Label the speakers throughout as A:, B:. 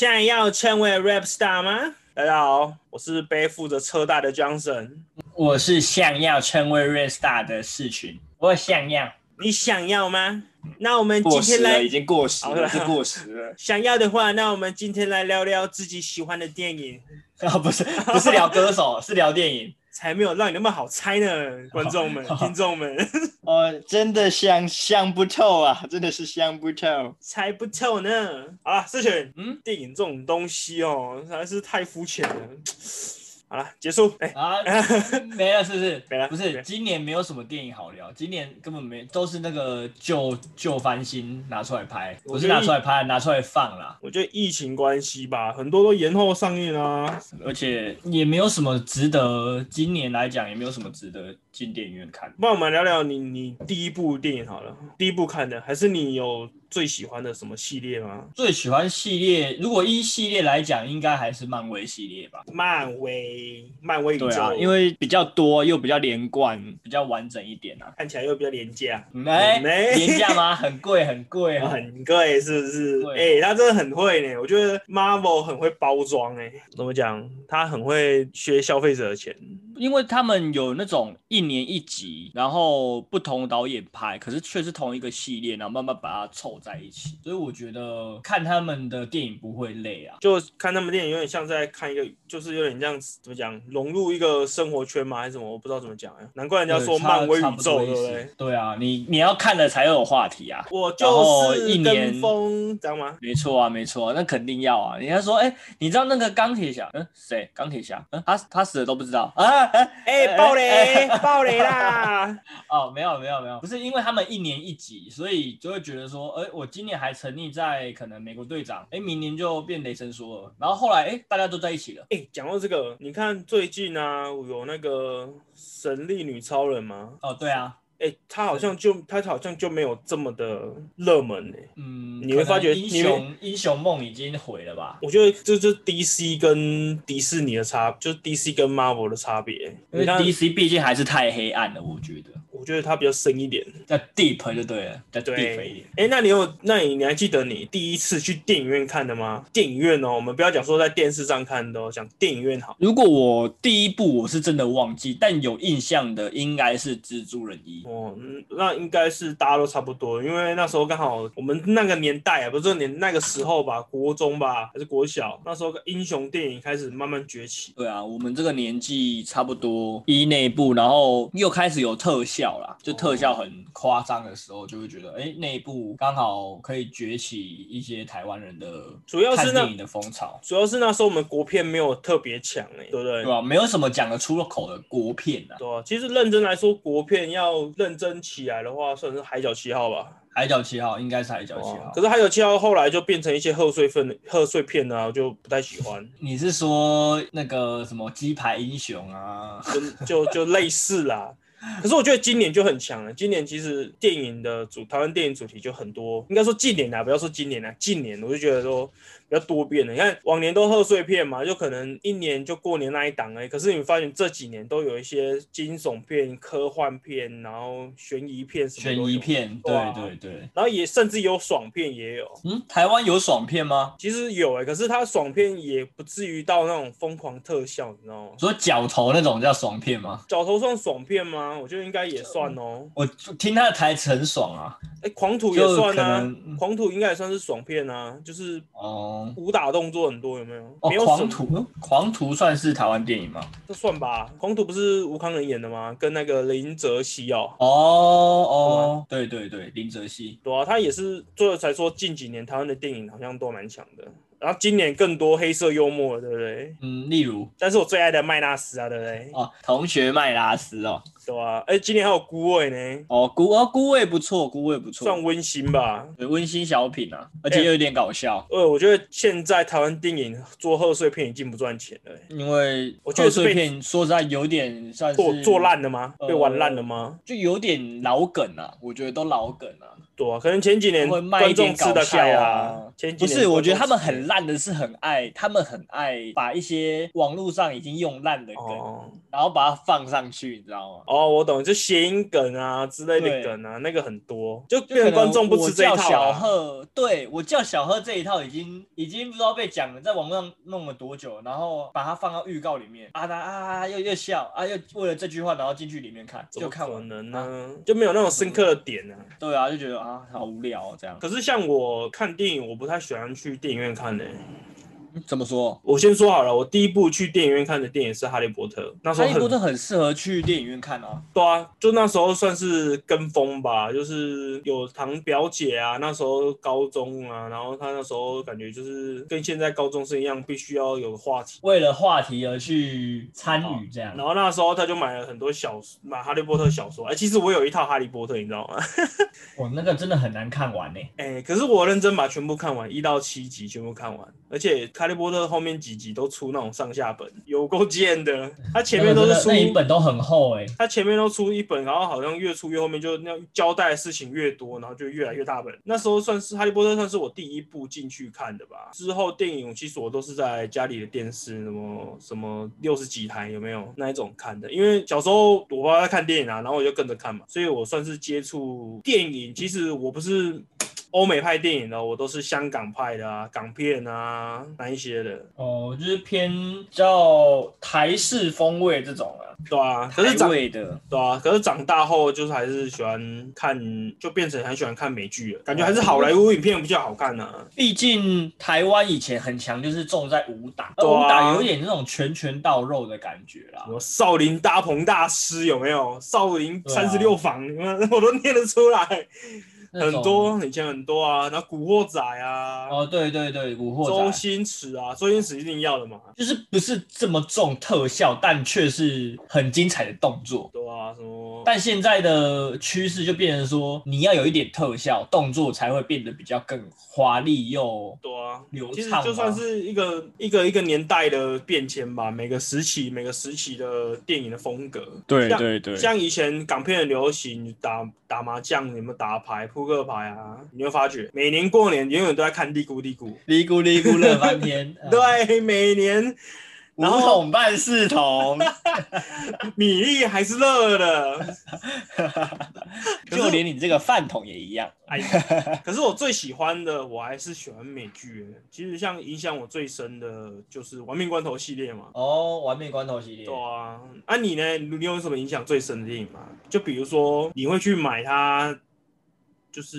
A: 然要成为 rap star 吗？大家好，我是背负着车贷的 Johnson。
B: 我是想要成为 Red Star 的市群，我想要。
A: 你想要吗？那我们今
C: 过时
A: 天
C: 了，已
A: 来
C: 经过时
A: 好了
C: 了，是过时了。
A: 想要的话，那我们今天来聊聊自己喜欢的电影，
B: 哦，不是，不是聊歌手， 是聊电影。
A: 才没有让你那么好猜 呢，观众们、
B: 好
A: 听众 们，
B: 哦，真的想想不透啊，真的是想不透。
A: 猜不透呢。好了，志群，嗯
B: 嗯，
A: 电影这种东西哦，实在是太肤浅 了。好了，结束。哎、
B: 啊， 没了是不是？
A: 没了
B: 不
A: 没
B: 是，
A: 了
B: 今年没有什么电影好聊，今年根本没，都是那个旧旧翻新拿出来拍，
A: 我
B: 不是
A: 觉得
B: 拿出来拍，拿出来放啦。
A: 我觉得疫情关系吧，很多都延后上映啊。
B: 而且也没有什么值得，今年来讲也没有什么值得进电影院看。
A: 不然我们聊聊你你第一部电影好了，第一部看的，还是你有最喜欢的什么系列吗？
B: 最喜欢系列，如果一系列来讲，应该还是漫威系列吧。
A: 漫威，漫威宇宙，
B: 对啊，因为比较多又比较连贯，比较完整一点啊。
A: 看起来又比较廉价，
B: 哎、
A: 没
B: 廉价 吗？很贵，很贵哦。
A: 很贵是不是？哎、
B: 对啊
A: 他真的很会呢，我觉得 Marvel 很会包装哎、怎么讲？他很会削消费者的钱，
B: 因为他们有那种一年一集，然后不同导演拍，可是却是同一个系列，然后慢慢把它凑在一起。所以我觉得看他们的电影不会累啊。
A: 就看他们电影有点像在看一个，就是有点像怎么讲，融入一个生活圈嘛，还是什么？我不知道怎么讲哎、难怪人家说
B: 对差
A: 漫威
B: 差
A: 宇
B: 不
A: 宙，
B: 多
A: 对
B: 意
A: 不
B: 思
A: 对？
B: 对啊，你你要看了才有话题啊。
A: 我
B: 然
A: 就
B: 后
A: 是
B: 一年
A: 跟风，知道吗？
B: 没错啊，没错啊，那肯定要啊！人家说，哎、你知道那个钢铁侠？嗯，谁？钢铁侠？嗯，他他死了都不知道啊！啊
A: 哎、
B: 哎
A: 爆 雷，
B: 哎
A: 爆雷啦！
B: 哦，没有没有没有，不是因为他们一年一集，所以就会觉得说，哎、我今年还沉溺在可能美国队长，哎、明年就变雷神索尔，然后后来哎、大家都在一起了，
A: 哎、讲到这个，你看最近啊，有那个神力女超人吗？
B: 哦，对啊，
A: 哎、她好像就她好像就没有这么的热门呢、
B: 嗯，
A: 你会
B: 可能
A: 发觉
B: 英
A: 你会
B: 雄英雄梦已经毁了吧？
A: 我觉得这就是 DC 跟迪士尼的差，就是 DC 跟 Marvel 的差别、
B: 因
A: 你
B: 为
A: 看，
B: DC 毕竟还是太黑暗了，我觉得
A: 我觉得它比较深一点。
B: 在 deep 就对了，在 deep 一
A: 对
B: 点。，
A: 哎、那你有，那你你还记得你第一次去电影院看的吗？电影院哦，我们不要讲说在电视上看的、哦，讲电影院好。
B: 如果我第一部我是真的忘记，但有印象的应该是蜘蛛人一。
A: 哦，嗯那应该是大家都差不多，因为那时候刚好我们那个年代啊，不是年那个时候吧，国中吧还是国小，那时候英雄电影开始慢慢崛起。
B: 对啊，我们这个年纪差不多一内部，然后又开始有特效啦，就特效很夸张的时候，就会觉得哎，内部刚好可以崛起一些台湾人的
A: 主要是
B: 看
A: 那
B: 电影的风潮，
A: 主要是那时候我们国片没有特别强哎、对不对？
B: 对啊吧、没有什么讲得出口的国片啊，
A: 对啊其实认真来说，国片要认真起来的话，算是《海角七号》吧。
B: 《海角七号》应该是《海角七号》
A: 可是《海角七号》后来就变成一些贺岁份、贺岁片啊，我就不太喜欢，
B: 你是说那个什么鸡排英雄 啊？
A: 就就就类似啦。可是我觉得今年就很强了，今年其实电影的主台湾电影主题就很多，应该说近年啊，不要说今年啊，近年我就觉得说比较多变了。你看往年都贺岁片嘛，就可能一年就过年那一档而已。可是你发现这几年都有一些惊悚片、科幻片，然后悬疑片什么
B: 悬
A: 都有
B: 疑片，
A: 哇
B: 对对对。
A: 然后也甚至有爽片也有，
B: 嗯，台湾有爽片吗？
A: 其实有哎、可是它爽片也不至于到那种疯狂特效，你知道吗？
B: 说脚头那种叫爽片吗？
A: 角头算爽片吗？我觉得应该也算哦、
B: 我听他的台词很爽啊，
A: 哎、狂徒也
B: 就
A: 算
B: 可
A: 啊，
B: 能嗯
A: 狂徒应该也算是爽片啊，就是
B: 哦
A: 武打动作很多，有没有？
B: 哦
A: 没，有什
B: 狂
A: 么，
B: 徒，狂徒算是台湾电影吗？
A: 这算吧。狂徒不是吴康仁演的吗？跟那个林哲熙哦、
B: 哦哦，对对对，林哲熙，
A: 对啊，他也是，最后才说近几年台湾的电影好像都蛮强的，然后今年更多黑色幽默了，对不对？
B: 嗯，例如
A: 但是我最爱的麦纳斯啊，对不对？
B: 哦，同学麦拉斯哦，
A: 对吧、哎、今年还有孤味呢，
B: 哦，孤哦孤味不错，孤味不
A: 算哎
B: 错，
A: 温馨吧。
B: 对，温馨小品啊，而且又有点搞笑，
A: 呃，我觉得现在台湾电影做贺岁片已经不赚钱了、欸
B: 因为
A: 我觉得
B: 贺
A: 是被
B: 岁片说实在有点算
A: 做
B: 是
A: 做，烂了吗？
B: 呃
A: 被玩烂了吗？
B: 就有点老梗啊，我觉得都老梗啊。
A: 对啊，可能前几年
B: 会卖
A: 观
B: 一
A: 众
B: 点
A: 吃
B: 搞
A: 得
B: 笑
A: 开
B: 啊。
A: 前几
B: 不
A: 年
B: 是，我
A: 观众
B: 觉得他们
A: 吃得
B: 很烂的是很爱，他们很爱把一些网络上已经用烂的
A: 开
B: 梗，
A: 哦
B: 然后把它放上去，你知道吗？
A: 哦，我懂，就谐音梗啊之类的
B: 对
A: 梗啊，那个很多，就
B: 就
A: 变
B: 可
A: 成
B: 能
A: 观众不
B: 我
A: 吃这一
B: 叫
A: 套
B: 小
A: 啊。
B: 贺，对我叫小贺这一套已经已经不知道被讲了，在网络上弄了多久，然后把它放到预告里面，啊他啊啊又又笑啊，又为了这句话然后进去里面看，
A: 怎
B: 就
A: 么
B: 看
A: 可
B: 完。
A: 能呢、
B: 啊
A: 就没有那种深刻的点啊。
B: 对啊，就觉得啊好无聊、哦、这样。
A: 可是像我看电影，我不太喜欢去电影院看的、
B: 怎么说？
A: 我先说好了，我第一部去电影院看的电影是《哈利波特》，那时
B: 哈
A: 候
B: 利波
A: 很
B: 特很适合去电影院看啊，
A: 对啊，就那时候算是跟风吧，就是有堂表姐啊，那时候高中啊，然后她那时候感觉就是跟现在高中生一样，必须要有个话题。
B: 为了话题而去参与这样。
A: 然哦后那时候她就买了很多小买《哈利波特》小说，哎、其实我有一套《哈利波特》，你知道吗？
B: 我那个真的很难看完呢、欸
A: 哎、可是我认真把全部看完，一到七集全部看完，而且《哈利波特》后面几集都出那种上下本，有够贱的。它前面都是
B: 那个
A: 出
B: 真的那一本都很厚哎、
A: 他前面都出一本，然后好像越出越后面就那样交代的事情越多，然后就越来越大本。那时候算是《哈利波特》算是我第一部进去看的吧。之后电影其实我都是在家里的电视什么什么六十几台有没有那一种看的，因为小时候我爸在看电影啊，然后我就跟着看嘛，所以我算是接触电影。其实我不是欧美派电影的，我都是香港派的啊，港片啊那一些的，
B: 哦，就是偏较台式风味这种啊，
A: 对啊。可是长
B: 味的。
A: 对啊，可是长大后就是还是喜欢看，就变成很喜欢看美剧了，感觉还是好莱坞影片比较好看呢、啊。
B: 毕竟台湾以前很强，就是重在武打，而
A: 对啊
B: 武打有一点那种拳拳到肉的感觉啦
A: 什。么少林大鹏大师有没有？少林
B: 对啊
A: 三十六房， 你们我都念得出来，
B: 那
A: 很
B: 种
A: 多以前很多啊，然后古惑仔啊，
B: 哦，对对对，古惑
A: 周
B: 仔
A: 星驰啊，周星驰一定要的嘛，
B: 就是不是这么重特效，但却是很精彩的动作。
A: 对啊，什么
B: 但现在的趋势就变成说，你要有一点特效，动作才会变得比较更华丽又
A: 对啊。
B: 流
A: 其实
B: 畅嘛。
A: 就算是一个一个一个年代的变迁吧，每个时期每个时期的电影的风格，
B: 对
A: 像
B: 对对
A: 像以前港片很流行打打麻将，你们打牌、扑克牌啊，你会发觉每年过年永远都在看嘀咕嘀咕。
B: 嘀咕嘀咕乐翻天，啊，
A: 对，每年
B: 五桶半四桶，
A: 米粒还是热 的。 可是
B: 就连你这个饭桶也一样。
A: 哎，可是我最喜欢的，我还是喜欢美剧欸。其实像影响我最深的就是《亡命关头》系列嘛。
B: 哦，完美关头系列
A: 对啊，啊你呢？你有什么影响最深的电影吗？就比如说你会去买它，就是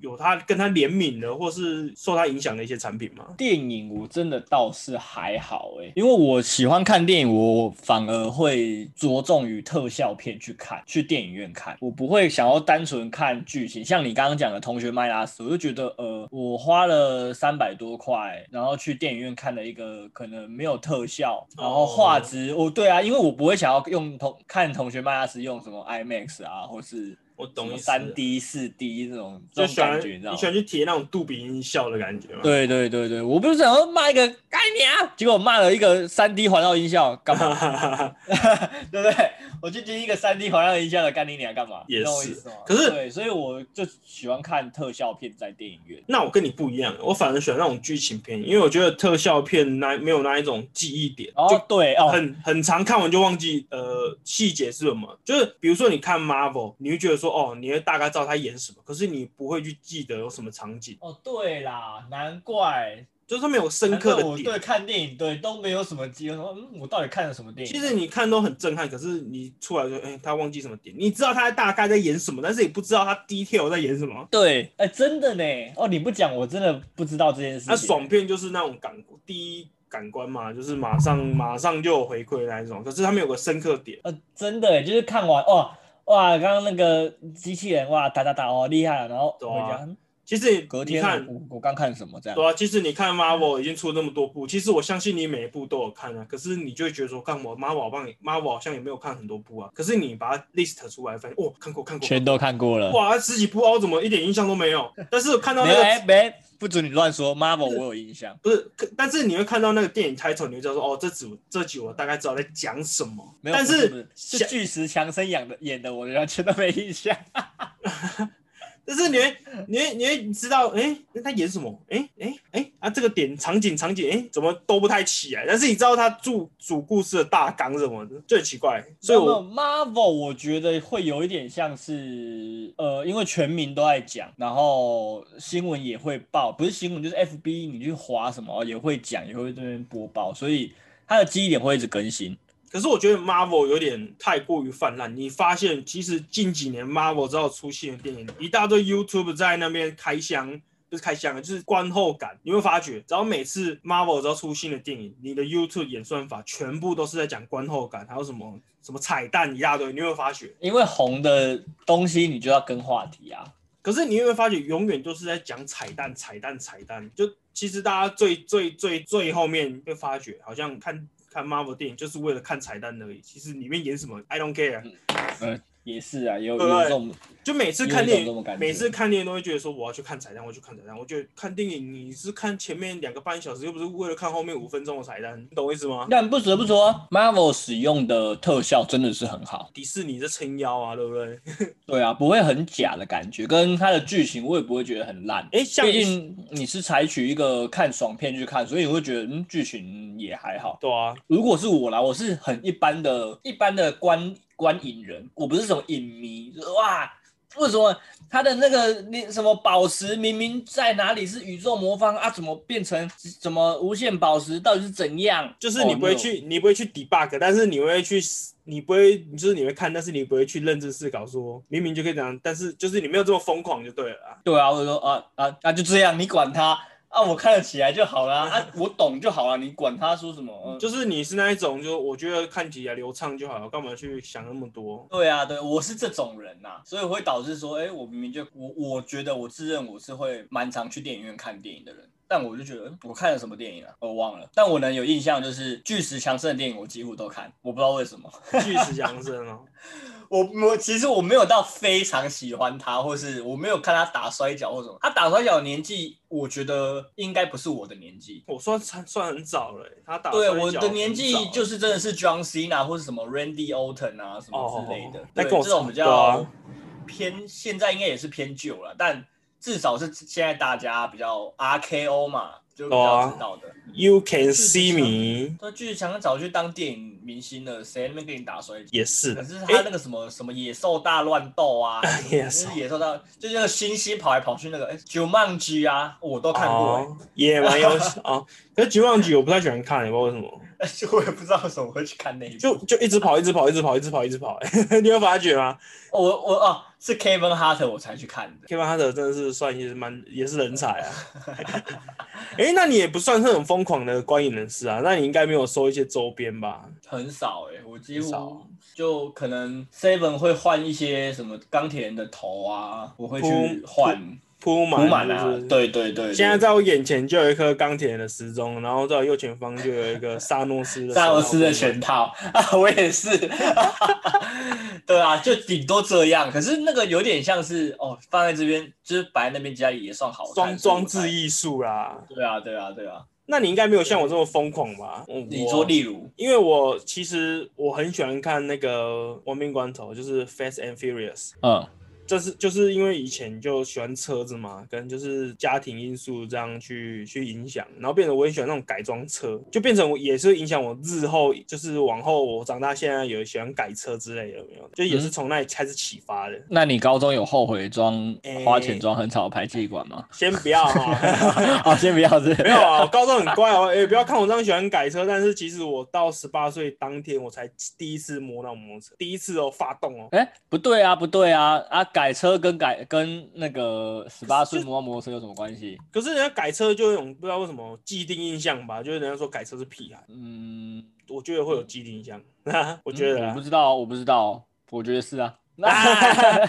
A: 有它跟它联名的，或是受它影响的一些产品吗？
B: 电影我真的倒是还好哎、因为我喜欢看电影，我反而会着重于特效片去看，去电影院看，我不会想要单纯看剧情。像你刚刚讲的《同学麦拉斯》，我就觉得呃，我花了三百多块，然后去电影院看了一个可能没有特效，然后画质哦对啊，因为我不会想要用同看《同学麦拉斯》用什么 IMAX 啊，或是
A: 我懂意思了
B: 三 D、四 D 这种这
A: 就
B: 种
A: 喜欢
B: 感觉，你知道
A: 你
B: 吗
A: 喜？欢去体验那种杜比音效的感觉 嘛？，
B: 对对对对，我不是想要骂一个干你啊，结果我骂了一个三 D 环绕音效，干嘛？ 对不对？我去听一个三 D 环绕音效的干你娘干嘛？
A: 也
B: 你懂我
A: 是
B: 意思吗
A: 可是
B: 对，所以我就喜欢看特效片在电影院。
A: 那我跟你不一样，我反而喜欢那种剧情片，因为我觉得特效片那没有那一种记忆点，
B: 哦，对
A: 就
B: 哦，
A: 很很常看完就忘记呃细节是什么。就是比如说你看 Marvel，你会觉得说哦，你会大概知道他演什么，可是你不会去记得有什么场景，
B: 哦对啦，难怪，
A: 就是他没有深
B: 难
A: 刻
B: 怪
A: 的
B: 哎我对
A: 点。
B: 看电影对都没有什么记忆，我说嗯，我到底看了什么电影？
A: 其实你看都很震撼，可是你出来就哎、他忘记什么点，你知道他大概在演什么，但是也不知道他 detail 在演什么。
B: 对，哎，真的呢，哦，你不讲我真的不知道这件事情。
A: 那、爽片就是那种感第一感官嘛，就是马上马上就有回馈那一种，可是他们有个深刻点，
B: 呃，真的耶，就是看完哇哇，刚刚那个机器人哇打打打哦厉害了，然后
A: 对
B: 回
A: 啊
B: 家嗯
A: 其实
B: 隔
A: 你
B: 天
A: 看，
B: 我我刚看什么这样
A: 对，啊，其实你看 Marvel 已经出了那么多部，其实我相信你每一部都有看啊，可是你就会觉得说，看我 Marvel 好棒，Marvel 好像也没有看很多部啊，可是你把它 list 出来，发现哦，看过看过，
B: 全都看过了。
A: 哇，十几部啊，我怎么一点印象都没有？但是看到
B: 没
A: 那
B: 有
A: 个
B: 哎没，不准你乱说，Marvel 我有印象，
A: 不是，可但是你会看到那个电影 title，你就知道说，哦，这集这集我大概知道在讲什么，
B: 没有，
A: 但
B: 不是不是是
A: 想
B: 巨石强森演的演的，我完全都没印象。
A: 但是你会你会你会知道，哎、那他演什么？哎哎哎啊，这个点场景场景，哎、怎么都不太起来。但是你知道他主主故事的大纲什么的，就很奇怪。所以
B: 那
A: 我
B: 么 Marvel 我觉得会有一点像是，呃，因为全民都在讲，然后新闻也会报，不是新闻就是 FB 你去划什么哦也会讲，也会这边播报，所以它的基点会一直更新。
A: 可是我觉得 Marvel 有点太过于泛滥。你发现其实近几年 Marvel 之后出现的电影，一大堆 YouTube 在那边开箱，不是开箱，啊就是观后感。你会发觉，只要每次 Marvel 只要出新的电影，你的 YouTube 演算法全部都是在讲观后感，还有什么什么彩蛋一大堆，你会发觉。
B: 因为红的东西你就要跟话题啊，
A: 可是你有没有发觉，永远都是在讲彩蛋、彩蛋、彩蛋？就其实大家最最最最后面会发觉，好像看看 Marvel 电影就是为了看彩蛋而已。其实里面演什么，I don't care。
B: 嗯也是啊，有
A: 对
B: 有这种
A: 就每次
B: 有
A: 看
B: 一种
A: 电
B: 这种
A: 影，
B: 感觉
A: 每次看电影都会觉得说我要去看彩蛋，我要去看彩蛋。我觉得看电影你是看前面两个半小时，又不是为了看后面五分钟的彩蛋，你懂我意思吗？
B: 但不得不说，Marvel 使用的特效真的是很好。
A: 迪士尼在撑腰啊，对不对？
B: 对啊，不会很假的感觉，跟它的剧情我也不会觉得很烂。
A: 诶像
B: 毕竟你是采取一个看爽片去看，所以你会觉得嗯剧情也还好。
A: 对啊，
B: 如果是我啦，我是很一般的、一般的观观影人，我不是什么影迷。就是哇，为什么他的那个那什么宝石明明在哪里是宇宙魔方啊，怎么变成怎么无限宝石？到底是怎样？
A: 就是你不会
B: 哦
A: 去，你不会去 debug，但是你会去，你不会，就是你会看，但是你不会去认真思考说，明明就可以这样，但是就是你没有这么疯狂就对了啊。
B: 对啊，我就说啊啊啊，就这样，你管他啊，我看得起来就好啦，啊，我懂就好啦，你管他说什么？呃
A: 就是你是那一种，就我觉得看起来流畅就好了，干嘛去想那么多？
B: 对啊，对，我是这种人呐、所以会导致说，哎，我明明就我我觉得我自认我是会蛮常去电影院看电影的人，但我就觉得嗯我看了什么电影啊，我忘了，但我能有印象就是巨石强森的电影我几乎都看，我不知道为什么，
A: 巨石强森哦，
B: 我我其实我没有到非常喜欢他，或是我没有看他打摔跤或什么，他打摔跤的年纪，我觉得应该不是我的年纪，
A: 我算算算很早了欸、他打
B: 对
A: 摔跤
B: 我的
A: 很
B: 年纪
A: 早欸
B: 就是真的是 John Cena 或是什么 Randy Orton 啊什么之类的，
A: 哦那
B: 对
A: 跟我
B: 这种
A: 差
B: 比
A: 不多啊
B: 较偏，现在应该也是偏旧了，但至少是现在大家比较 RKO 嘛，就比
A: 哦啊
B: 较知道的。
A: You can see me
B: 那巨石强森早就当电影明星了，谁那边跟你打摔跤？
A: 也是
B: 可
A: 的，
B: 是他那个什么、什么野兽大乱斗啊，
A: 野
B: 就是
A: 兽
B: 野兽大，就是那个星星跑来跑去那个，哎、九曼居啊，我都看过、欸
A: 哦，也蛮有啊、哦。可是绝望局我不太喜欢看、欸也不知道为什么，
B: 哎、我也不知道为什么会去看那一部。
A: 就就一直跑，一直跑，一直跑，一直跑，一直跑、欸 你有发觉吗
B: 哦我我哦，是 Kevin Hart 我才去看的。
A: ？K 巴哈德真的是算也是蛮也是人才啊。 哎、那你也不算是很疯狂的观影人士啊，那你应该没有收一些周边吧？
B: 很少哎、我几
A: 很少
B: 乎就可能 Seven 会换一些什么钢铁人的头啊，我会去
A: 铺
B: 换
A: 铺
B: 补
A: 满
B: 满
A: 是
B: 啊
A: 不是，
B: 对对对，
A: 现在在我眼前就有一颗钢铁人的时钟，然后在我右前方就有一个萨诺斯的
B: 萨
A: 手
B: 罗
A: 套
B: 斯的
A: 背板
B: 全套啊，我也是， 对啊，就顶多这样。可是那个有点像是哦，放在这边就是摆在那边家里也算好看
A: 装装置。
B: 所以
A: 艺术啦
B: 我。才对啊，对啊，对啊。
A: 那你应该没有像我这么疯狂吧？嗯
B: 你
A: 我
B: 说例如
A: 因为我其实我很喜欢看那个《亡命关头》，就是《Fast and Furious》。
B: 嗯，
A: 这是就是因为以前就喜欢车子嘛，跟就是家庭因素这样去去影响，然后变成我很喜欢那种改装车，就变成我也是影响我日后就是往后我长大现在有喜欢改车之类的，有没有？就也是从那里开始启发的。
B: 那你高中有后悔装
A: 诶
B: 装很吵的排气管吗？
A: 先不要哈。
B: 啊，先不要这
A: 没有啊，我高中很乖哦。哎、不要看我这样喜欢改车，但是其实我到十八岁当天，我才第一次摸那种摩托车，第一次哦发动哦。
B: 哎、不对啊，不对啊！啊，改车跟改跟那个十八岁摩摩托车有什么关系？
A: 可是人家改车就有一种不知道为什么既定印象吧，就是人家说改车是屁孩，
B: 嗯，
A: 我觉得会有既定印象。我觉得
B: 嗯我
A: 啊
B: 不，知道，我不知道， 我觉得是啊。那、
A: 啊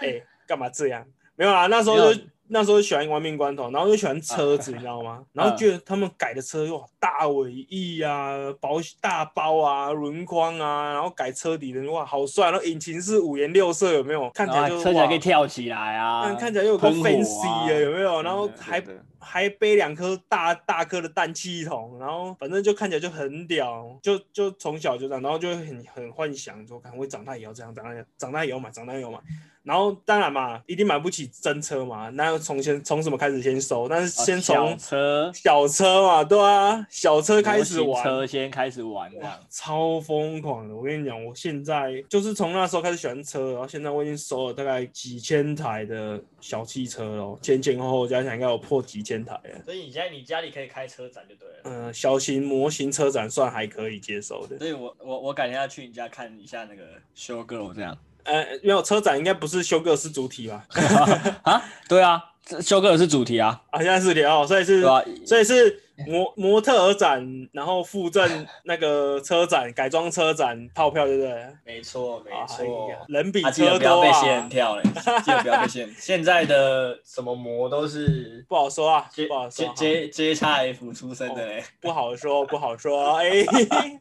A: 哎、干嘛这样？没有啊，那时候就
B: 没
A: 那时候喜欢玩命关头，然后又喜欢车子，你知道吗？
B: 嗯
A: 然后觉得他们改的车又大尾翼啊、保大包啊、轮框啊，然后改车底的哇，好帅！然后引擎是五颜六色，有没有？看起来
B: 然
A: 就
B: 后
A: 是
B: 车起来
A: 哇
B: 可以跳起来啊，
A: 看看起来又有个
B: 喷火啊嗯
A: fancy 的，有没有？然后
B: 真的
A: 还
C: 真的
A: 还背两颗大大颗的氮气桶，然后反正就看起来就很屌，就就从小就这样，然后就很很幻想说，看我长大也要这样，长大也长大也要买，长大也要买。然后当然嘛，一定买不起真车嘛，那要从先从什么开始先收？但是
B: 啊
A: 先
B: 小
A: 从
B: 车
A: 小车嘛，对啊，小车开始
B: 模型
A: 玩，
B: 车先开始玩这
A: 哇
B: 样，，
A: 超疯狂的！我跟你讲，我现在就是从那时候开始喜欢车，然后现在我已经收了大概几千台的小汽车了，前前后后加起来应该有破几千台了。
D: 所以你现在你家里可以开车展就对了。
A: 嗯、小型模型车展算还可以接受的。
B: 所以我我我改天要去你家看一下那个修 girl 这样
A: 呃，没有车展应该不是修个是主体吧？
B: 啊，对啊，这修 girl 是主题啊，
A: 啊，现在是聊，所以是
B: 对，
D: 啊
B: 吧、
A: 所以是模模特儿展，然后附赠那个车展改装车展套票，对不对？
D: 没错，没
A: 哎
D: 错
A: 呀。人比
B: 啊，记
A: 车
B: 得不要
A: 多
B: 被
A: 啊，
B: 仙人跳 嘞，记得不要被仙人。
D: 现在的什么膜都是
A: 不好说啊
D: 接，
A: 不好说
D: 接
A: 啊，
D: 接接叉 F 出身的嘞。
A: 不好说，不好说， 哎。
B: 哎，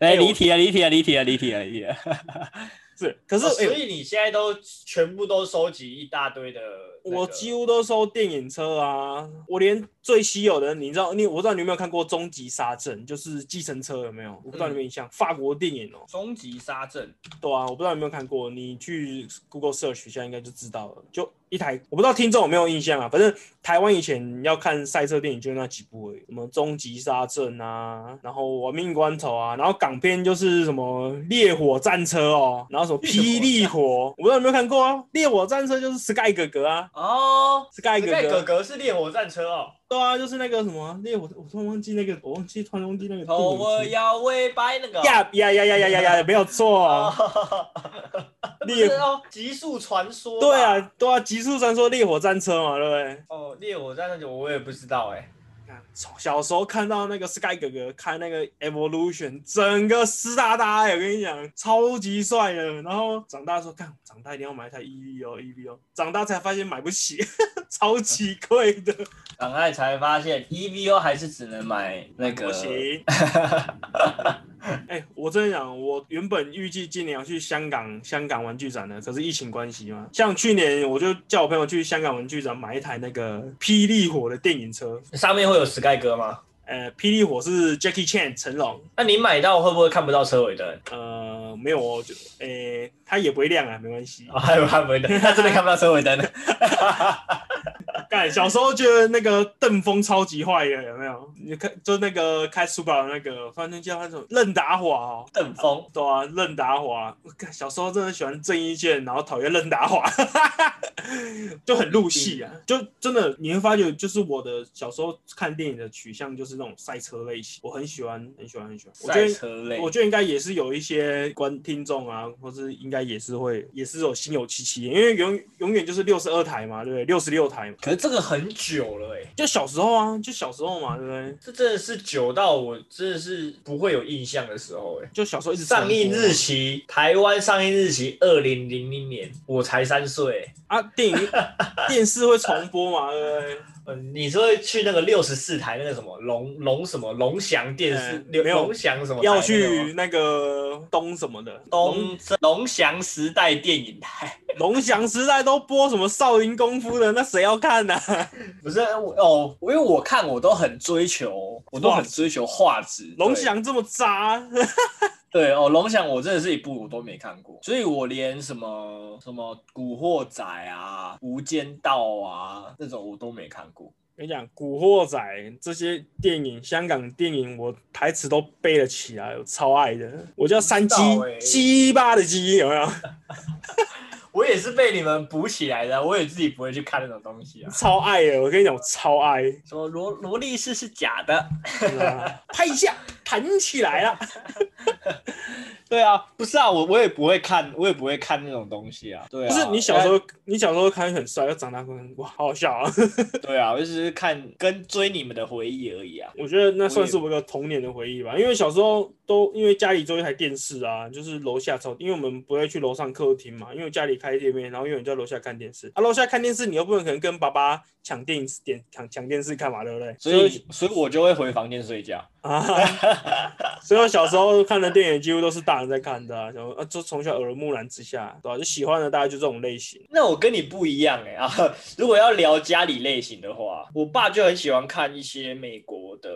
A: 哎我
B: 离题了，离题了，离题了，离题了，离题了。
A: 是，可是、
D: 哦
A: 哎
D: 所以你现在都全部都收集一大堆的那个。
A: 我几乎都收电影车啊，我连最稀有的，你知道，你我不知道你有没有看过《终极杀阵》，就是计程车有没有？我不知道你有没有印象，法国电影哦、
B: 终极杀阵，
A: 对啊，我不知道你有没有看过，你去 Google search 一下应该就知道了。就一台，我不知道听众有没有印象啊，反正台湾以前要看赛车电影就那几部而已，什么《终极杀阵》啊，然后《亡命关头》啊，然后港片就是什么《烈火战车》哦，然后什么《霹雳火》，我不知道你有没有看过啊，《烈火战车》就是 Sky 哥哥啊。
D: 哦，
A: Sky 哥
D: 盖
A: 哥，
D: 哥哥是烈火战车哦。
A: 对啊，就是那个什么烈火，我突然忘记那个，我忘记突然忘记那个
D: 头哦
A: 电
D: 我
A: 影
D: 要为白 那个
A: 字。呀呀呀呀呀呀呀，没有 错，啊
D: 哦，
A: 烈
D: 烈哦，极速传说。
A: 对啊，，对啊，极速传说烈火战车嘛，对不对？
D: 哦，烈火战车我也不知道哎。
A: 看从小时候看到那个 Sky 哥哥开那个 Evolution，整个湿哒哒欸，我跟你讲，超级帅的。然后长大说，看长大一定要买一台 EV 哦，EV 哦，长大才发现买不起， 超级贵的，
B: 港爱才发现
D: ，E
B: EVO 还是只能买那个
A: 不。行。哎、我真的讲，我原本预计今年要去香港香港玩具展的，可是疫情关系嘛。像去年我就叫我朋友去香港玩具展买一台那个霹雳火的电影车，
D: 上面会有 Sky 哥吗？
A: 呃，霹雳火是 Jackie Chan 成龙，
D: 那你买到会不会看不到车尾灯？
A: 呃，没有哦，就诶、它也不会亮啊，没关系。
D: 哦，还有看不到，他真的看不到车尾灯。
A: 干，小时候觉得那个邓峰超级坏的，有没有？你看，就那个开 Super 的那个，反正叫他什么任达华哦，
D: 邓峰，
A: 对啊，任达华，干小时候真的喜欢郑伊健，然后讨厌任达华， 就很入戏啊。就真的你会发觉，就是我的小时候看电影的取向就是那种赛车类型，我很喜欢，很喜欢，很喜欢。我觉
B: 赛
A: 得。
B: 车类，
A: 我觉得应该也是有一些观听众啊，或是应该也是会，也是有心有戚戚，因为永永远就是六十二台嘛，对不对？六十六台嘛，
D: 可是这个很久了哎、
A: 就小时候啊，就小时候嘛，对不对？
D: 这真的是久到我真的是不会有印象的时候哎、
A: 就小时候一直重播
D: 上映日期，台湾上映日期二零零零年，我才三岁、欸
A: 啊，电影电视会重播嘛，对不对？
D: 呃。你是会去那个六十四台那个什么龙龙什么龙翔电视
A: 嗯，
D: 六
A: 没有
D: 龙翔什么台
A: 要
D: 那个吗
A: 去那个东什么的龙
B: 东龙翔时代电影台，
A: 龙翔时代都播什么少林功夫的，那谁要看啊呢、
B: 不是我哦，因为我看我都很追求，我都很追求画质。
A: 龙
B: 对
A: 翔这么渣，
B: 对哦，龙翔我真的是一部我都没看过，所以我连什么什么《古惑仔》啊、《无间道》啊那种我都没看过。
A: 跟你讲，《古惑仔》这些电影，香港电影，我台词都背了起来，我超爱的。我叫三鸡
D: 知道欸
A: 鸡巴的鸡，有没 有？
B: 我也是被你们补起来的，我也自己不会去看那种东西啊。
A: 超爱的，我跟你讲，我超爱。
B: 什么罗罗力士是假的？
A: 真的啊 拍一下，弹起来了。
B: 对啊，不是啊，我我也不会看，我也不会看那种东西啊。对啊，
A: 不是你小时候，你小时候看很帅，要长大看哇，好好笑啊！
B: 对啊，我就只是看跟追你们的回忆而已啊。
A: 我觉得那算是我一个童年的回忆吧，因为小时候都因为家里只有一台电视啊，就是楼下超，因为我们不会去楼上客厅嘛，因为家里开开店面，然后永远在楼下看电视。啊，楼下看电视，你又不能可能跟爸爸抢电视点抢抢电视看嘛，对不对？
B: 所以所以我就会回房间睡觉。
A: 啊，所以我小时候看的电影几乎都是大人在看的、啊，然后啊，就从小耳濡目染之下，对吧、就喜欢的大概就这种类型。
B: 那我跟你不一样哎、欸、啊！ 如果要聊家里类型的话，我爸就很喜欢看一些美国的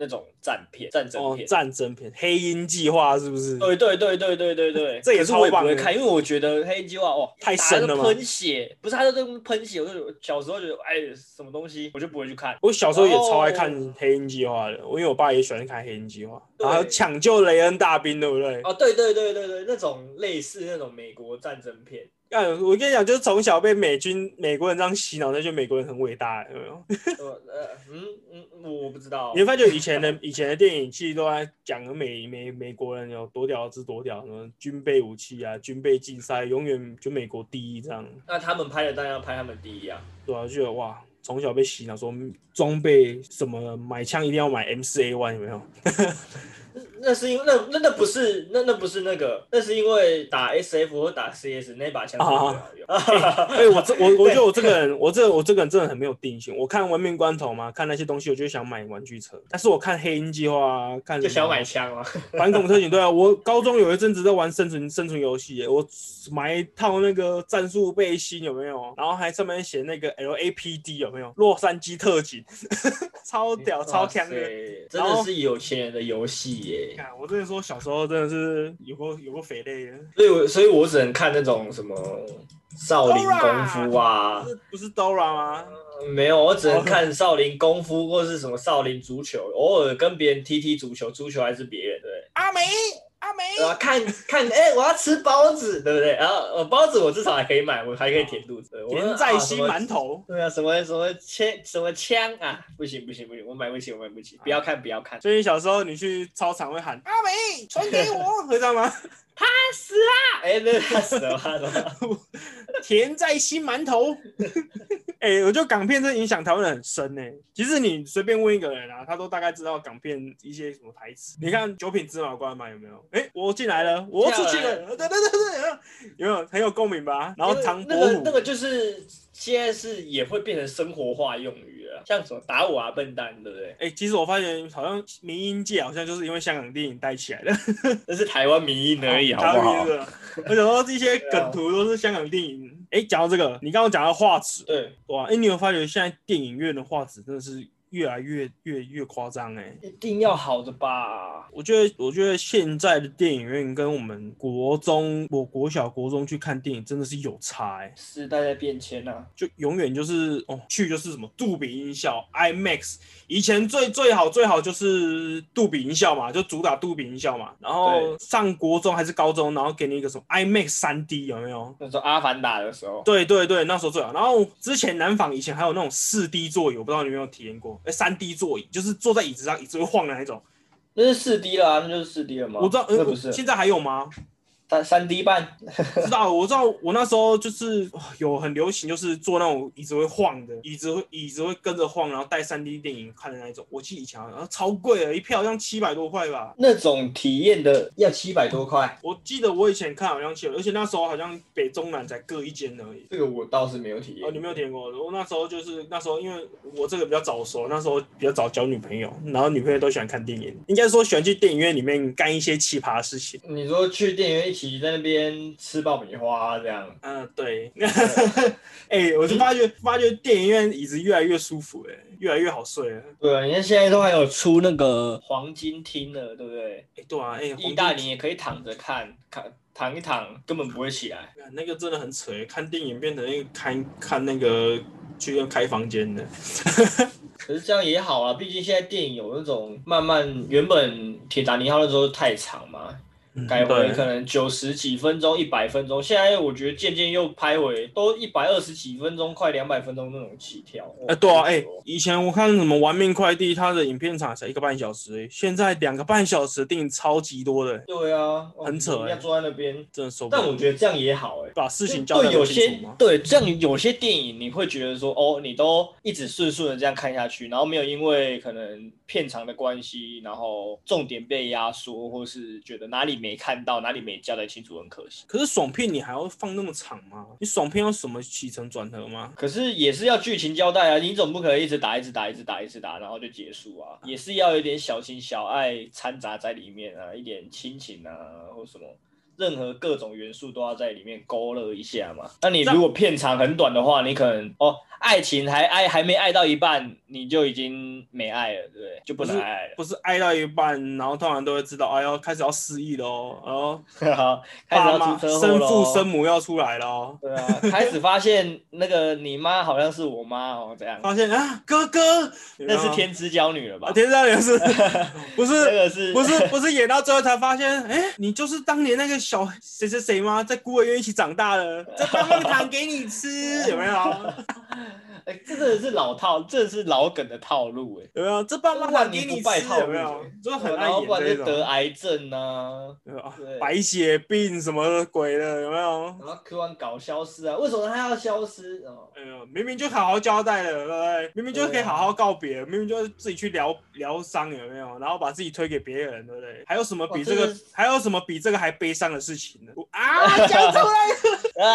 B: 那种战片、战争
A: 哦，
B: 片。
A: 战争片《黑鹰计划》是不是？
B: 对对对对对对对，
A: 这也
B: 可是我也
A: 超棒
B: 不
A: 的
B: 会看，因为我觉得黑计划哦
A: 太深了
B: 打
A: 吗
B: 得喷血，不是他在喷血，我就觉得小时候觉得哎什么东西，我就不会去看。
A: 我小时候也超爱看《黑鹰计划》的，我因为我爸也喜欢看《黑鹰计划》，然后还有
B: 对
A: 抢救雷恩大兵，对不对？
B: 哦，对对对对对，那种类似那种美国战争 片，
A: 干、我跟你讲，就是从小被美军美国人这样洗脑，那就美国人很伟大，有没有？
B: 呃呃嗯嗯，我不知道
A: 你会发觉以前的以前的电影其实都在讲美美美国人有多屌之多屌，什么军备武器啊、军备竞赛，永远就美国第一这样，
B: 那他们拍的当然要拍他们第一啊。
A: 对啊，就觉得哇，从小被洗脑说嗯装备什么买枪一定要买 M 4 A one，有没有？
B: 那是因为那那那不是那那不是那个，那是因为打 SF 或打 CS 那把枪是最好 用。
A: 哎、我这我我觉得我这个人，我这我这个人真的很没有定性。我看《文明关头》嘛，看那些东西，我就想买玩具车。但是我看《黑鹰计划》啊，看
D: 就
A: 什
D: 想
A: 么
D: 买枪嘛，
A: 反恐特警队啊！我高中有一阵子在玩生存生存游戏耶，我买一套那个战术背心有没有？然后还上面写那个 LAPD 有没有？洛杉矶特警， 超 屌超强
B: 哇
A: 的！
B: 塞真
A: 然后
B: 的是有钱人的游戏耶。
A: 看，我真的说小时候真的是有过有过肥类的，
B: 所以我所以我只能看那种什么少林功夫啊
A: 不，是不是 Dora 吗？
B: 没有，我只
A: 哦
B: 能看少林功夫或是什么少林足球，偶尔跟别人踢踢足球，足球还是别人对。
A: 阿梅阿梅，
B: 对啊，看看，哎、我要吃包子，对不对？然后呃，包子我至少还可以买，我还可以填肚子。对我
A: 田
B: 们
A: 在
B: 啊
A: 西
B: 什么
A: 馒头。
B: 对啊，什么什么枪什么枪啊？不行不行不行，我买不起，我买不起，不要看不要看，
A: 所以小时候你去操场会喊阿梅传给 我，会这样吗？
B: 哎，那他 死了吧？怎么
A: 甜在心馒头。 哎、我觉得港片这影响台湾人很深呢、其实你随便问一个人啊，他都大概知道港片一些什么台词。你看《九品芝麻官》嘛，有没有？哎、我进来了，我出去了，对对对对，有没有很有共鸣吧？然后唐伯
B: 那
A: 虎，
B: 个那个就是现在是也会变成生活化用语了，像什么打我啊笨蛋，对不对？
A: 哎、其实我发现好像民音界好像就是因为香港电影带起来的，
B: 那是台湾民音 而已，好
A: 台
B: 不
A: 湾
B: 好
A: 民？音是吧我想说这些
B: 啊
A: 梗图都是香港电影。哎、讲到这个，你刚刚讲到画质，
B: 对，
A: 哇，哎、你有发觉现在电影院的画质真的是越来越越越夸张哎。
B: 一定要好的吧？
A: 我觉得，我觉得现在的电影院跟我们国中、我国小、国中去看电影真的是有差哎、
B: 时代在变迁啊，
A: 就永远就是哦，去就是什么杜比音效、IMAX，以前最最好最好就是杜比音效嘛，就主打杜比音效嘛。然后
B: 对
A: 上国中还是高中，然后给你一个什么 IMAX 三 D 有没有？
B: 那时候《阿凡达》的时候，
A: 对对对，那时候最好。然后之前南纺以前还有那种四 D 座椅，我不知道你有没有体验过？哎，三 D 座椅就是坐在椅子上，椅子会晃的那种。
B: 那是四 D 啦，那就是四 D 了吗？
A: 我知道，
B: 那
A: 呃
B: 不是，
A: 现在还有吗？
B: 三三 D 半，
A: 知道，我知道，我那时候就是哦有很流行，就是做那种椅子会晃的，椅子会椅子会跟着晃，然后带3 D 电影看的那一种。我记得以前好像啊超贵的，一票好像七百多块吧。
B: 那种体验的要七百多块，
A: 我记得我以前看好像七百，而且那时候好像北中南才各一间而已。
B: 这个我倒是没有体验。
A: 哦，你没有点过？我那时候就是那时候，因为我这个比较早熟，那时候比较早交女朋友，然后女朋友都喜欢看电影，应该说喜欢去电影院里面干一些奇葩的事情。
B: 你说去电影院一起在那边吃爆米花这样，
A: 嗯、对。 哎、我就发觉发觉电影院椅子越来越舒服、哎，越来越好睡了。
B: 对啊，你看现在都还有出那个黄金厅了，对不对？
A: 哎、对啊，哎、
B: 意
A: 黄
B: 大
A: 大
B: 利也可以躺着看，看躺一躺根本不会起来。
A: 啊那个真的很扯、哎看电影变成一个看看那个去要开房间的。
B: 可是这样也好啊，毕竟现在电影有那种慢慢，原本《铁达尼号》那时候太长嘛，改回
A: 嗯对
B: 可能九十几分钟、一百分钟，现在我觉得渐渐又拍回都一百二十几分钟、快两百分钟那种起跳。
A: 哎、对啊，哎、以前我看什么《玩命快递》，它的影片长才一个半小时、哎现在两个半小时的电影超级多的、哎
B: 对啊，哇
A: 很扯欸
B: 你要坐在那边。
A: 真的受不了。
B: 但我觉得这样也好哎、
A: 把事情交代
B: 对
A: 得
B: 有
A: 清楚
B: 些
A: 吗？
B: 对这样有些电影你会觉得说哦，你都一直顺顺的这样看下去，然后没有因为可能片长的关系，然后重点被压缩，或是觉得哪里没看到，哪里没交代清楚，很可惜。
A: 可是爽片你还要放那么长吗？你爽片有什么起承转合吗？
B: 可是也是要剧情交代啊，你总不可能一直打、一直打、一直打、一直打，然后就结束啊，也是要有点小情小爱掺杂在里面啊，一点亲情啊或什么。任何各种元素都要在里面勾勒一下嘛。那你如果片长很短的话，你可能哦，爱情还爱还没爱到一半，你就已经没爱了，对不对？就不能爱了。
A: 不是爱到一半，然后通常都会知道，哎呦，开始要失忆喽，然后
B: 好 开始
A: 爸
B: 要
A: 妈、
B: 出车祸哦
A: 生
B: 咯
A: 父、生母要出来哦喽，
B: 对啊，开始发现那个你妈好像是我妈哦，这样，
A: 发现啊，哥哥，
B: 那是天之娇女了吧
A: 啊，？天上也 是，不
B: 那
A: 是
B: 个是
A: 不是不是演到最后才发现，哎、你就是当年那个小谁谁谁吗？在孤儿院一起长大的，在棒棒糖给你吃，有没有？
B: 哎、这真的是老套，这是老梗的套路哎、
A: 有没有？这棒棒糖给
B: 不
A: 你
B: 败
A: 吃，
B: 套
A: 有
B: 路
A: 没
B: 哎、
A: 有？就很爱
B: 然后
A: 演
B: 不然
A: 这
B: 就得
A: 种，
B: 癌症啊，
A: 有没有啊
B: 对
A: 白血病什么的鬼的，有没有？
B: 然后 Q 完搞消失啊，为什么他要消失？哦，
A: 哎呦，明明就好好交代了，对不对？明明就可以好好告别，明明就是自己去疗疗伤，有没有？然后把自己推给别人，对不对？还有什么比
B: 哇
A: 这个、
B: 这个
A: 还有什么比这个还悲伤的事情 呢？我啊，讲出来了，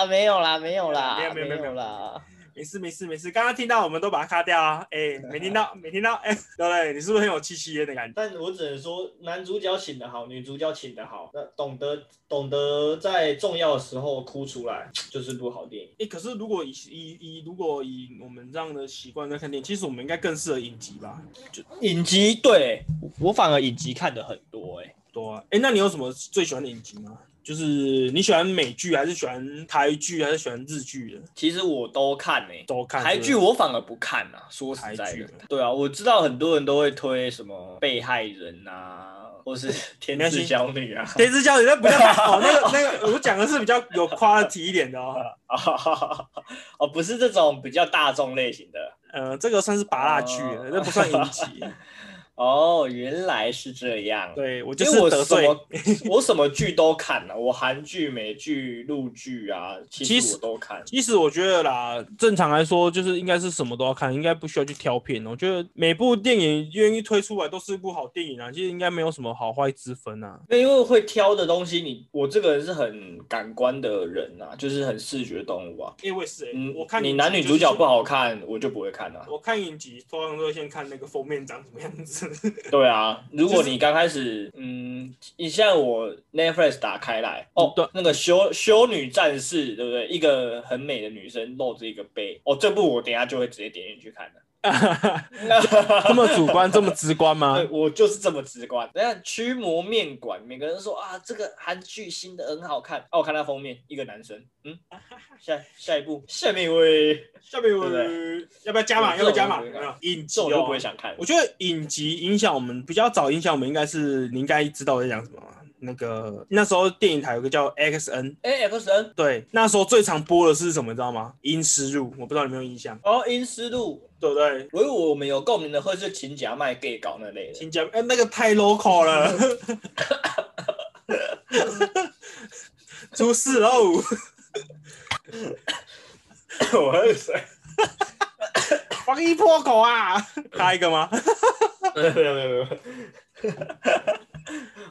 B: 啊，没有啦，没有啦，
A: 没有没有没有没有
B: 啦。
A: 没事没事没事，刚刚听到我们都把它卡掉啊， 哎，没听到没听到，哎，对不对？你是不是很有戚戚焉的感觉？
D: 但我只能说，男主角请的好，女主角请的好，那懂得懂得在重要的时候哭出来，就是部好电影。
A: 哎，可是如果以以以如果以我们这样的习惯在看电影，其实我们应该更适合影集吧？
B: 影集对我反而影集看的很多哎、
A: 对啊，哎，那你有什么最喜欢的影集吗？就是你喜欢美剧还是喜欢台剧还是喜欢日剧的？
B: 其实我都看哎、
A: 都看
B: 台
A: 是不是
B: 剧我反而不看啊，说实在
A: 台剧
B: 的，对啊，我知道很多人都会推什么被害人啊，或是天
A: 关系
B: 之娇女啊，
A: 天之教你那不 叫哦，那个那个，我讲的是比较有 quality 一点的哦。
B: 哦，不是这种比较大众类型的。
A: 呃，这个算是拔蜡剧了，
B: 哦
A: 那不算影集。
B: 哦，原来是这样。
A: 对我就
B: 因
A: 是
B: 为我
A: 得
B: 什
A: 罪。
B: 么我什么剧都看了、啊我韩剧、美剧、陆剧啊，
A: 其
B: 其
A: 实
B: 实我都看。
A: 其实我觉得啦，正常来说就是应该是什么都要看，应该不需要去挑片。哦我觉得每部电影愿意推出来都是一部好电影啊，其实应该没有什么好坏之分啊。
B: 那因为会挑的东西你，我这个人是很感官的人啊，就是很视觉动物啊。
A: 因为我也是、欸，
B: 嗯，
A: 我看
B: 你
A: 影集
B: 男女
A: 就是
B: 主角
A: 先
B: 不。好看，我就不会看啊。
A: 我看影集通常都会先看那个封面长什么样子。
B: 对啊，如果
A: 就是
B: 你刚开始，嗯，你像我 Netflix 打开来，哦
A: 嗯对，
B: 那个修修女战士，对不对？一个很美的女生露着一个背，哦，这部我等一下就会直接点进去看的。
A: 这么主观，这么直观吗
B: 对，？我就是这么直观。等一下驱魔面馆，每个人说啊，这个韩剧新的很好看。哦、我看它封面，一个男生， 嗯，下下一步，下面一位，
A: 下面我
B: 对
A: 要不要加码？
B: 对
A: 要不要加码？
B: 这种
A: 有没有影集
B: 这我就不
A: 哦
B: 会，想看。
A: 我觉得影集影响我们比较早影响我们，应该是你应该知道我在讲什么嘛。那个那时候电影台有个叫 XN，
B: 哎、X N，
A: 对，那时候最常播的是什么，你知道吗？《阴尸路》，我不知道你有没有印象，
B: 哦，阴尸路，
A: 对不对？
B: 我以为我们有共鸣的会是秦夹麦 gay 搞那类的。
A: 新疆，哎，那个太 local 了，出事喽！
B: 我喝水。
A: 防疫破口啊，下一个吗？
B: 没有没有没有没有。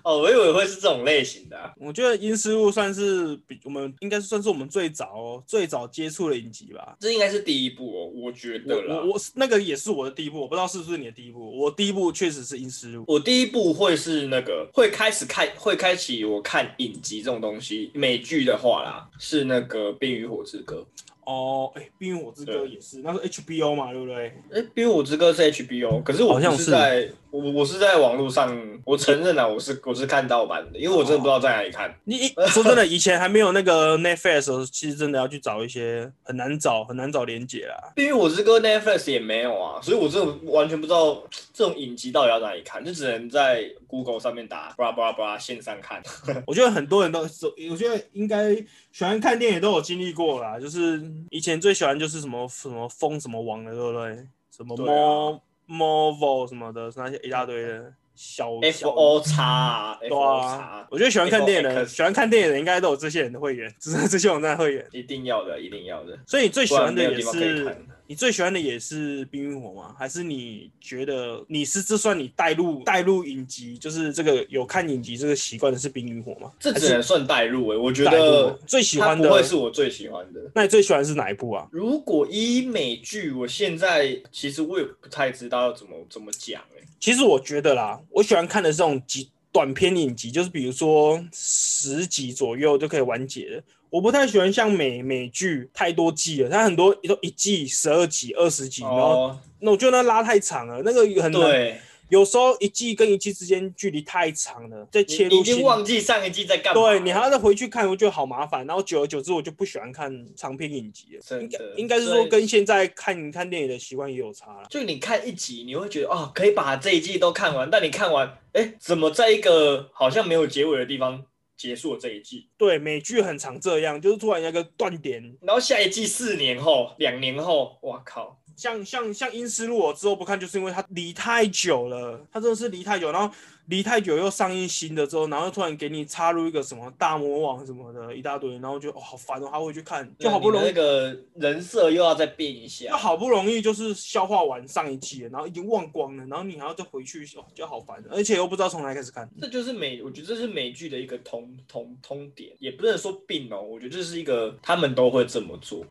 B: 哦，我以为会是这种类型的啊、
A: 我觉得《阴尸路》算是比我们应该算是我们最早、哦、最早接触的影集吧。
B: 这应该是第一部哦，我觉得
A: 我
B: 啦。
A: 我我是那个也是我的第一步，我不知道是不是你的第一步。我第一步确实是《阴尸路》，
B: 我第一部会是那个会开始看，会开启我看影集这种东西。美剧的话啦，是那个《冰与火之歌
A: 哦，哎，《冰与火之歌》
B: 对
A: 也是，那是 HBO 嘛，对不对？》。
B: 哎，《冰与火之歌》是 HBO，可是我
A: 好像
B: 不
A: 是
B: 是在我我是在网络上，我承认啊，我是我是看盗版的，因为我真的不知道在哪里看。
A: 你一说真的，以前还没有那个 Netflix 的时候，其实真的要去找一些很难找、很难找连接啦。
B: 《冰与火之歌》Netflix 也没有啊，所以我真的完全不知道这种影集到底要哪里看，就只能在 Google 上面打巴拉巴拉巴拉线上 看。
A: 我觉得很多人都，我觉得应该喜欢看电影都有经历过啦。就是以前最喜欢就是什么什么风什么王的，对不对？什么
B: 对啊
A: Mo Marvel 什么的，那些一大堆的小
B: F
A: 小
B: O 叉啊，F
A: 对
B: O 叉
A: 啊，，我觉得喜欢看电影的人，
B: Xbox
A: 喜欢看电影的人应该都 有这些人的会员，只是这些网站的会员。
B: 一定要的，一定要的。
A: 所以你最喜
B: 不然
A: 欢
B: 没
A: 的
B: 有
A: 也
B: 地方可以
A: 是
B: 看。
A: 你最喜欢的也是《冰与火》吗？还是你觉得你是这算你带入带入影集，就是这个有看影集这个习惯的是《冰与火》吗？
B: 这
A: 还
B: 只
A: 是
B: 能算代入欸诶、我觉
A: 带入吗
B: 得
A: 最喜
B: 它
A: 欢的
B: 不会是我最喜欢的。
A: 那你最喜欢的是哪一部啊？
B: 如果依美剧，我现在其实我也不太知道要怎么怎么讲欸诶、
A: 其实我觉得啦，我喜欢看的这种集短片影集，就是比如说十集左右就可以完结的。我不太喜欢像美美剧太多季了，它很多都一季十二集、二十集，然后
B: 哦，
A: 那我觉得那拉太长了，那个很难。
B: 对，
A: 有时候一季跟一季之间距离太长了，再切入
B: 你你已
A: 新
B: 经忘记上一季在干嘛了。
A: 对你还要再回去看，我觉得好麻烦。然后久而久之，我就不喜欢看长篇影集了。
B: 真
A: 应该
B: 的
A: 应该是
B: 所
A: 说
B: 以
A: 跟现在看看电影的习惯也有差啦。
B: 就你看一集，你会觉得哦，可以把这一季都看完，但你看完，哎，怎么在一个好像没有结尾的地方结束了这一季？
A: 对，美剧很常这样，就是突然有一个断点，
B: 然后下一季四年后、两年后，哇靠！
A: 像像像《阴尸路》，我之后不看，就是因为它离太久了，它真的是离太久，然后离太久又上映新的之后，然后突然给你插入一个什么大魔王什么的一大堆，然后就哦好烦哦，还会去看，就好不容
B: 那
A: 易
B: 你的那个人设又要再变一下
A: 那，好不容易就是消化完上一季了，然后已经忘光了，然后你还要再回去，哦，就好烦，而且又不知道从哪里开始看。
B: 这就是美，我觉得这是美剧的一个通通通点，也不能说病哦，我觉得这是一个他们都会这么做。